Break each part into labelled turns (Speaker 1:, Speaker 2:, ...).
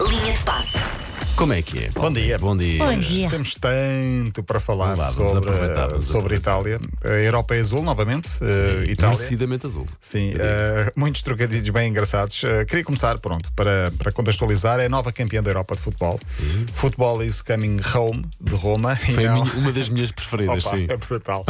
Speaker 1: Linha de passe.
Speaker 2: Como é que é? Paulo?
Speaker 3: Bom dia.
Speaker 2: Bom dia.
Speaker 4: Bom dia.
Speaker 3: Temos tanto para falar
Speaker 2: Vamos lá, vamos
Speaker 3: sobre,
Speaker 2: aproveitar, vamos
Speaker 3: sobre Itália. A Europa é azul novamente. eh, Itália.
Speaker 2: Merecidamente azul.
Speaker 3: Sim, eh, muitos trocadilhos bem engraçados. Eh, queria começar, pronto, para, para contextualizar. É a nova campeã da Europa de futebol. Futebol is coming home, de Roma. e
Speaker 2: Uhum. Foi a
Speaker 3: não-
Speaker 2: minha- uma das minhas preferidas,
Speaker 3: Opa,
Speaker 2: sim.
Speaker 3: é brutal.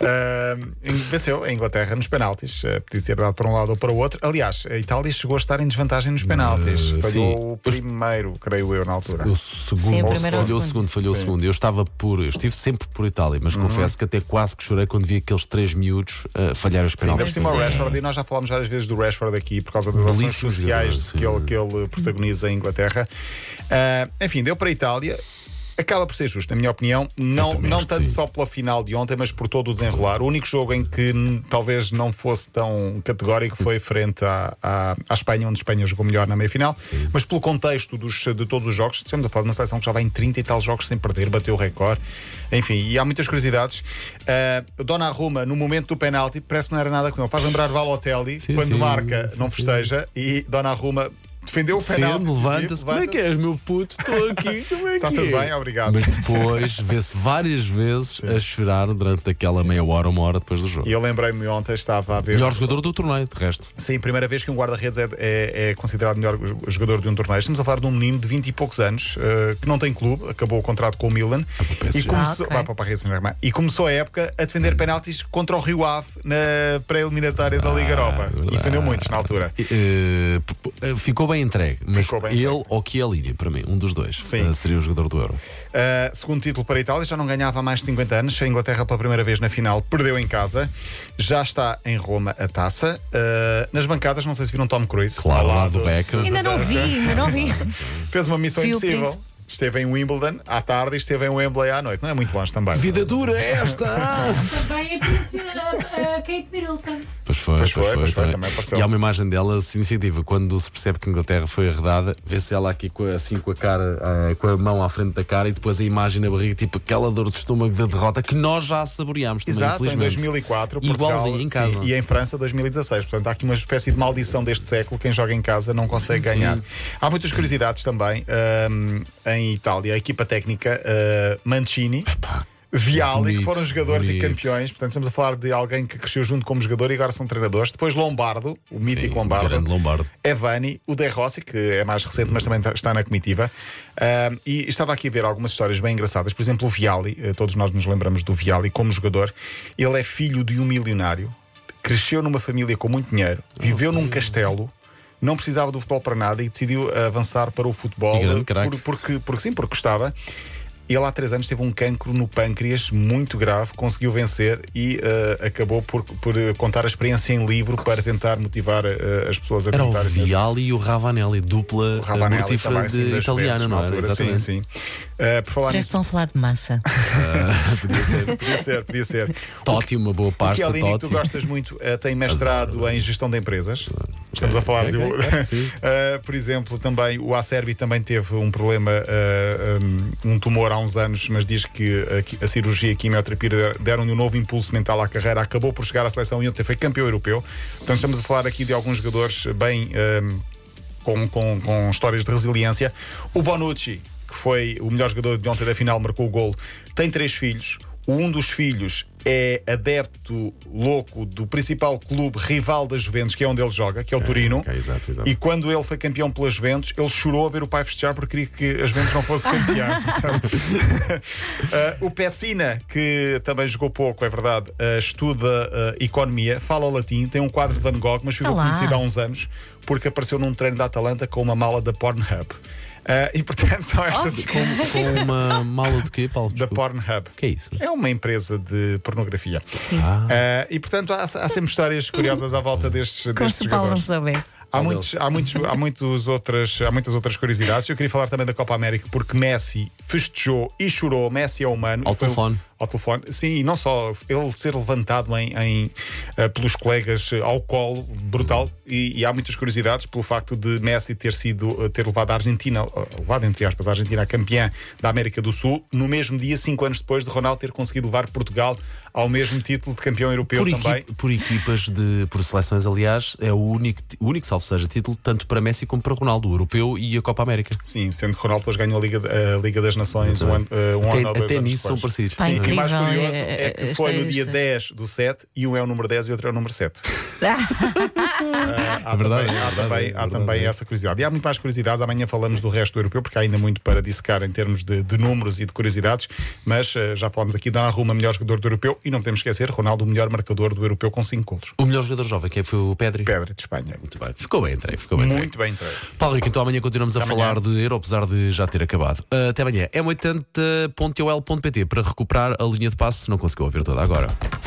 Speaker 3: Ahm, venceu a Inglaterra nos penaltis. Eh, podia ter dado para um lado ou para o outro. Aliás, a Itália chegou a estar em desvantagem nos penaltis.
Speaker 2: Eh,
Speaker 3: Falhou
Speaker 2: sim.
Speaker 3: o primeiro, creio eu, na altura.
Speaker 2: O segundo,
Speaker 4: Sim, o primeiro ou o
Speaker 2: falhou o
Speaker 4: segundo.
Speaker 2: segundo, falhou o segundo. Eu estava por, eu estive sempre por Itália,
Speaker 3: Uhum.
Speaker 2: mas confesso que até quase que chorei quando vi aqueles três miúdos a falhar os
Speaker 3: Ainda
Speaker 2: penaltis.
Speaker 3: por cima o Rashford, e nós já falámos várias vezes do Rashford aqui por causa das ações
Speaker 2: Belíssimo
Speaker 3: sociais que ele,
Speaker 2: jogador,
Speaker 3: que ele protagoniza em Inglaterra. Ah, enfim, deu para a Itália. Acaba por ser justo, na minha opinião, não,
Speaker 2: também
Speaker 3: não
Speaker 2: acho que
Speaker 3: tanto
Speaker 2: sim.
Speaker 3: só pela final de ontem, mas por todo o desenrolar. O único jogo em que hum, talvez não fosse tão categórico foi frente à, à, à Espanha, onde a Espanha jogou melhor na meia-final. Mas pelo contexto dos, de todos os jogos, estamos a falar de uma seleção que já vai em 30 e tal jogos sem perder, bateu o recorde. Enfim, e há muitas curiosidades. Uh, Dona Ruma, no momento do penalti, parece que não era nada com ele. Faz lembrar Valotelli,
Speaker 2: Sim,
Speaker 3: quando
Speaker 2: sim,
Speaker 3: marca,
Speaker 2: sim,
Speaker 3: não
Speaker 2: sim.
Speaker 3: festeja, e Dona Ruma defendeu o penalti.
Speaker 2: Defende, levanta-se.
Speaker 3: sim,
Speaker 2: Como é que és, meu puto? Estou aqui. Como é que
Speaker 3: Está tudo
Speaker 2: é?
Speaker 3: bem, obrigado.
Speaker 2: Mas depois vê-se várias vezes a chorar durante aquela meia hora, uma hora depois do jogo.
Speaker 3: E eu lembrei-me ontem, estava a ver.
Speaker 2: Melhor jogador do torneio, de resto.
Speaker 3: Sim, primeira vez que um guarda-redes é, é- é considerado melhor jogador de um torneio. Estamos a falar de um menino de 20 e poucos anos eh, que não tem clube, acabou o contrato com o Milan
Speaker 2: para o
Speaker 3: e
Speaker 2: PSG.
Speaker 3: começou,
Speaker 4: Ah, ok.
Speaker 3: vai para o Paris Saint-Germain. e começou a época a defender penaltis contra o Rio Ave na pré-eliminatória da
Speaker 2: Ah,
Speaker 3: Liga Europa. E defendeu muitos na altura.
Speaker 2: Eh, p- p- eh, ficou bem entregue, mas
Speaker 3: Ficou bem
Speaker 2: ele
Speaker 3: entregue.
Speaker 2: ou Chiellini, para mim, um dos dois,
Speaker 3: Sim.
Speaker 2: eh, seria o jogador do Euro.
Speaker 3: Uh, segundo título para a Itália, já não ganhava há mais de 50 anos. A Inglaterra, pela primeira vez na final, perdeu em casa. Já está em Roma a taça. Uh, nas bancadas, não sei se viram Tom Cruise.
Speaker 2: Claro,
Speaker 3: ao
Speaker 2: lá
Speaker 3: lado
Speaker 2: do Beckham.
Speaker 4: Ainda não vi, ainda não vi.
Speaker 3: Fez uma missão
Speaker 4: Vi o
Speaker 3: impossível.
Speaker 4: príncipe.
Speaker 3: Esteve em Wimbledon à tarde e esteve em Wembley à noite. Não é muito longe também.
Speaker 2: Vida dura é esta!
Speaker 5: Também apareceu a, a Kate Middleton.
Speaker 2: Pois foi, pois,
Speaker 3: foi,
Speaker 2: foi,
Speaker 3: pois foi,
Speaker 2: também.
Speaker 3: também apareceu.
Speaker 2: E há uma imagem dela significativa. Quando se percebe que a Inglaterra foi arredada, vê-se ela aqui com, a- assim com a cara, ah, com a mão à frente da cara e depois a imagem na barriga, tipo aquela dor de estômago da derrota que nós já saboreámos também,
Speaker 3: Exato, em
Speaker 2: infelizmente.
Speaker 3: 2004, Portugal,
Speaker 2: Igualzinho em casa.
Speaker 3: sim, e em França, 2016. Portanto, há aqui uma espécie de maldição deste século. Quem joga em casa não consegue
Speaker 2: Sim.
Speaker 3: ganhar. Há muitas curiosidades também. hum, em Itália, a equipa técnica uh, Mancini. Viali, que
Speaker 2: bonito,
Speaker 3: foram jogadores
Speaker 2: bonito.
Speaker 3: e campeões, portanto, estamos a falar de alguém que cresceu junto como jogador e agora são treinadores. Depois Lombardo, o mítico
Speaker 2: Sim, um
Speaker 3: Lombardo.
Speaker 2: é grande Lombardo.
Speaker 3: Evani, o De Rossi, que é mais recente, mas também tá- está na comitiva. Ahm, e estava aqui a ver algumas histórias bem engraçadas. Por exemplo, o Viali, eh, todos nós nos lembramos do Viali como jogador. Ele é filho de um milionário, cresceu numa família com muito dinheiro,
Speaker 2: Oh,
Speaker 3: viveu num castelo. Não precisava do futebol para nada e decidiu avançar para o futebol
Speaker 2: E grande
Speaker 3: eh,
Speaker 2: craque.
Speaker 3: por- porque, porque sim, porque gostava. Ele há três anos teve um cancro no pâncreas muito grave, conseguiu vencer e eh, acabou por, por, eh, contar a experiência em livro para tentar motivar eh, as pessoas a
Speaker 2: Era o
Speaker 3: tentar
Speaker 2: Viali e o Ravanelli, dupla eh,
Speaker 3: o Ravanelli
Speaker 2: mortífera
Speaker 3: também, sim,
Speaker 2: de
Speaker 3: das
Speaker 2: italiana,
Speaker 3: Juventus,
Speaker 2: não
Speaker 3: na
Speaker 2: era?
Speaker 3: altura. Sim,
Speaker 2: Exatamente.
Speaker 3: sim. Eh, por falar
Speaker 4: Parece que
Speaker 3: nisso,
Speaker 4: estão a falar de massa.
Speaker 3: podia ser, podia ser, podia ser.
Speaker 2: Totti, uma boa
Speaker 3: que
Speaker 2: pasta,
Speaker 3: a Aline, que tu
Speaker 2: Totti.
Speaker 3: gostas muito, eh, tem mestrado em gestão de empresas. Estamos a falar
Speaker 2: Ok,
Speaker 3: de.
Speaker 2: ok, ok, sim.
Speaker 3: Eh, por exemplo, também o Acerbi também teve um problema, eh, um um tumor há uns anos, mas diz que a, qui- a cirurgia e a quimioterapia der- deram-lhe um novo impulso mental à carreira. Acabou por chegar à seleção e ontem foi campeão europeu. Portanto, estamos a falar aqui de alguns jogadores bem. eh, com, com, com histórias de resiliência. O Bonucci, que foi o melhor jogador de ontem da final, marcou o gol, tem três filhos. Um dos filhos é adepto louco do principal clube rival da Juventus, que é onde ele joga, que é o Turino.
Speaker 2: ok, exato, exato.
Speaker 3: E quando ele foi campeão pelas Juventus, ele chorou a ver o pai festejar porque queria que as Juventus não fosse campeã. Ah, o Pessina, que também jogou pouco, é verdade, ah, estuda ah, economia, fala latim, tem um quadro de Van Gogh, mas ficou
Speaker 4: Olá.
Speaker 3: conhecido há uns anos porque apareceu num treino da Atalanta com uma mala da Pornhub. Ah, e portanto são estas
Speaker 2: Com, com uma mala de quê, Paulo?
Speaker 3: da
Speaker 2: Desculpa.
Speaker 3: Pornhub.
Speaker 2: que é isso?
Speaker 3: É uma empresa de pornografia.
Speaker 4: Sim.
Speaker 3: Ah, e portanto há, há sempre histórias curiosas à volta destes,
Speaker 4: Como
Speaker 3: destes
Speaker 4: se Paulo não
Speaker 3: jogadores.
Speaker 4: soubesse.
Speaker 3: Há, muitos, há, muitos, há, muitos outras, há muitas outras curiosidades. Eu queria falar também da Copa América, porque Messi festejou e chorou. Messi é humano.
Speaker 2: Ao
Speaker 3: E foi-
Speaker 2: telefone.
Speaker 3: Ao telefone. Sim, e não só ele ser levantado em, em, eh, pelos colegas eh, ao colo, brutal. E, e há muitas curiosidades pelo facto de Messi ter sido eh, ter levado a Argentina, eh, levado entre aspas, a Argentina a campeã da América do Sul, no mesmo dia, cinco anos depois de Ronaldo ter conseguido levar Portugal ao mesmo título de campeão europeu
Speaker 2: Por,
Speaker 3: também.
Speaker 2: equipe- por equipas de por seleções, aliás, é o único, ti- o único salvo seja título, tanto para Messi como para Ronaldo, o europeu e a Copa América.
Speaker 3: Sim, sendo que Ronaldo depois ganhou a Liga, a Liga das Nações um ano, eh, um ano ou
Speaker 2: Até,
Speaker 3: dois
Speaker 2: até
Speaker 3: anos
Speaker 2: nisso são
Speaker 3: depois.
Speaker 2: parecidos.
Speaker 4: Pá,
Speaker 3: Sim, e o mais
Speaker 4: Incrível,
Speaker 3: curioso
Speaker 4: é-
Speaker 3: é,
Speaker 4: é-
Speaker 3: que
Speaker 4: a
Speaker 3: foi no
Speaker 4: história
Speaker 3: dia
Speaker 4: disto.
Speaker 3: 10 do 7 e um é o número 10 e outro é o número 7. há
Speaker 2: verdade,
Speaker 3: também,
Speaker 2: é verdade,
Speaker 3: há também-
Speaker 2: é
Speaker 3: há
Speaker 2: verdade.
Speaker 3: também essa curiosidade. E há muito mais curiosidades. Amanhã falamos do resto do europeu, porque há ainda muito para dissecar em termos de, de números e de curiosidades. Mas eh, já falamos aqui: Donnarumma, melhor jogador do europeu, e não podemos esquecer Ronaldo, o melhor marcador do europeu com 5 golos.
Speaker 2: O melhor jogador jovem, quem foi o Pedri?
Speaker 3: Pedra de Espanha.
Speaker 2: Muito bem, ficou bem, entrei, ficou bem. entregue.
Speaker 3: Muito bem entregue.
Speaker 2: Paulo Rico, então amanhã continuamos a falar de euro, apesar de já ter acabado. Ah, até amanhã. m80.ol.pt para recuperar a linha de passe se não conseguiu ouvir toda agora.